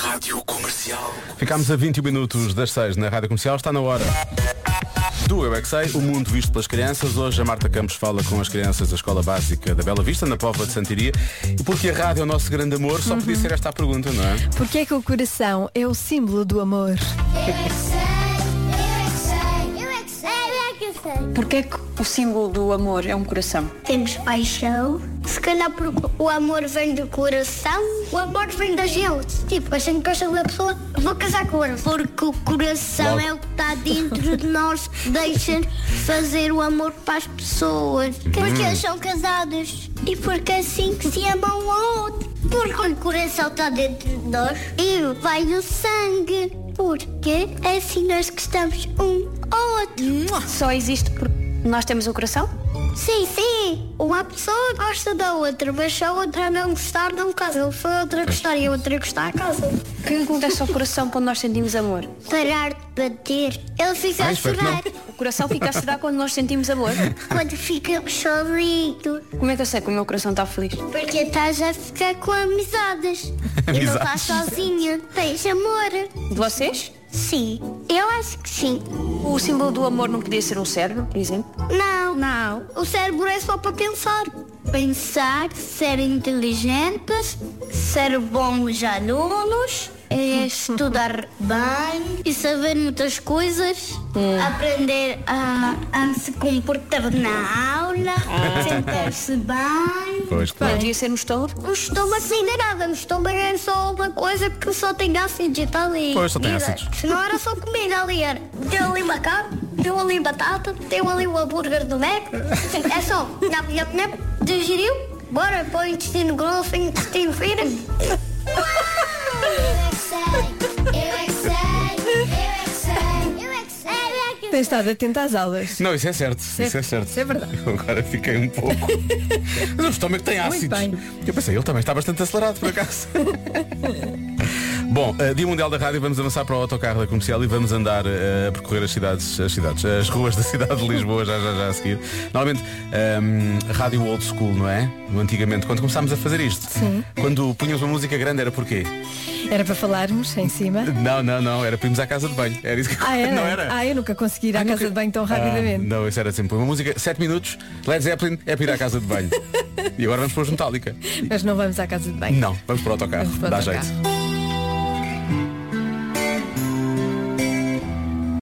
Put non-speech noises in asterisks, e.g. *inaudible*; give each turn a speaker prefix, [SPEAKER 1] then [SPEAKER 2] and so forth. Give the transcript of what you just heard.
[SPEAKER 1] Rádio Comercial.
[SPEAKER 2] Ficámos a 21 minutos das 6 na Rádio Comercial, está na hora. Do Eu é Que Sei, o mundo visto pelas crianças. Hoje a Marta Campos fala com as crianças da Escola Básica da Bela Vista, na Póvoa de Santiria. E porque a rádio é o nosso grande amor, só podia ser esta a pergunta, não é?
[SPEAKER 3] Porquê é que o coração é o símbolo do amor?
[SPEAKER 4] Porquê é que o símbolo do amor é um coração?
[SPEAKER 5] Temos paixão. Se calhar porque o amor vem do coração, o amor vem da gente. Tipo, a gente gosta da pessoa, vou casar com ela. Porque o coração é o que está dentro de nós, deixa fazer o amor para as pessoas. Porque eles são casados e porque assim que se amam um ao outro. Porque o coração está dentro de nós e vai do sangue. Porque é assim nós gostamos um ao outro.
[SPEAKER 4] Só existe porque nós temos um coração?
[SPEAKER 5] Sim, sim. Uma pessoa gosta da outra, mas se a outra não gostar, não casa. Se a outra gostar e a outra gostar, casa.
[SPEAKER 4] O que acontece ao coração quando nós sentimos amor?
[SPEAKER 5] Parar de bater, ele fica
[SPEAKER 2] Ah,
[SPEAKER 5] a
[SPEAKER 2] espero que não.
[SPEAKER 5] chorar.
[SPEAKER 2] *laughs*
[SPEAKER 4] O coração fica a chorar quando nós sentimos amor?
[SPEAKER 5] Quando fica chorrido.
[SPEAKER 4] Como é que eu sei que o meu coração está feliz?
[SPEAKER 5] Porque estás a ficar
[SPEAKER 2] *laughs*
[SPEAKER 5] com amizades. E não estás
[SPEAKER 2] Amizades.
[SPEAKER 5] sozinha. Tens amor.
[SPEAKER 4] De vocês?
[SPEAKER 5] Sim, eu acho que sim.
[SPEAKER 4] O símbolo do amor não podia ser um cérebro, por exemplo?
[SPEAKER 5] Não. Não. O cérebro é só para pensar. Pensar, ser inteligentes, ser bons alunos, é estudar bem e saber muitas coisas, aprender a, a se comportar na aula, sentar-se bem.
[SPEAKER 2] Pois,
[SPEAKER 4] Não
[SPEAKER 2] claro.
[SPEAKER 4] devia ser um estômago?
[SPEAKER 5] O estômago ainda nada, o estômago é só uma coisa que só tem ácidos e tal ali.
[SPEAKER 2] Pois, só tem ácidos.
[SPEAKER 5] Se não era só comida ali, era. Deu ali uma carne, deu ali batata, deu ali o hambúrguer do Mac. É só, nhap, nhap, nhap, digeriu, bora põe o intestino grosso, intestino fino. é
[SPEAKER 3] Tem estado atento às aulas.
[SPEAKER 2] Não, isso é certo. Isso é certo.
[SPEAKER 3] Isso é verdade.
[SPEAKER 2] Eu *laughs* agora fiquei um pouco.
[SPEAKER 3] *laughs*
[SPEAKER 2] Mas o estômago tem ácidos.
[SPEAKER 3] bem.
[SPEAKER 2] Eu pensei, ele também está bastante acelerado, por
[SPEAKER 3] *laughs*
[SPEAKER 2] acaso. Bom, eh, Dia Mundial da Rádio, vamos avançar para o autocarro da comercial e vamos andar eh, a percorrer as cidades, as cidades, as ruas da cidade de Lisboa já já já a seguir. Normalmente, ehm, rádio old school, não é? Antigamente, quando começámos a fazer isto,
[SPEAKER 3] Sim.
[SPEAKER 2] quando punhamos uma música grande era porquê?
[SPEAKER 3] Era para falarmos
[SPEAKER 2] *laughs*
[SPEAKER 3] em cima.
[SPEAKER 2] Não, não, não, era para irmos à casa de banho. Era isso que
[SPEAKER 3] Ah,
[SPEAKER 2] *laughs*
[SPEAKER 3] era?
[SPEAKER 2] não era?
[SPEAKER 3] Ah, eu nunca consegui ir à casa de banho tão
[SPEAKER 2] Ah,
[SPEAKER 3] rapidamente.
[SPEAKER 2] não, isso era sempre uma música, 7 minutos, Led Zeppelin é para ir à casa de banho. e agora vamos para os Metallica.
[SPEAKER 3] Mas não vamos à casa de banho.
[SPEAKER 2] Não, vamos para o autocarro.
[SPEAKER 3] Vamos para o
[SPEAKER 2] Ah, Dá
[SPEAKER 3] autocarro.
[SPEAKER 2] jeito.